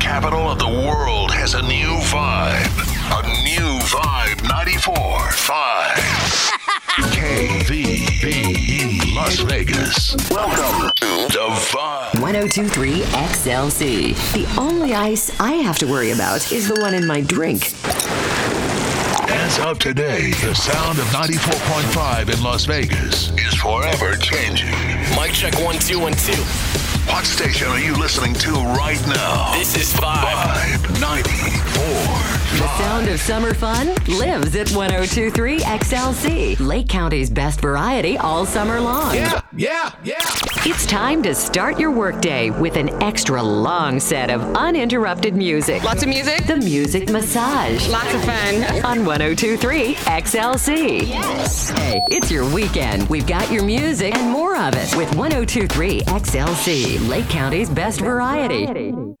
capital of the world has a new vibe. A new vibe 94 5. KVBE E Las Vegas. Welcome to the vibe. 1023 XLC. The only ice I have to worry about is the one in my drink. As of today, the sound of 94.5 in Las Vegas is forever changing. Mic check one, two, one, two. What station are you listening to right now? This is five. Vibe 94. The sound of summer fun lives at 1023 XLC, Lake County's best variety all summer long. yeah, yeah. It's time to start your workday with an extra long set of uninterrupted music. Lots of music. The Music Massage Lots of fun. on 1023 XLC. Yes. Hey, it's your weekend. We've got your oh music and more of it with 1023 XLC, Lake County's best variety.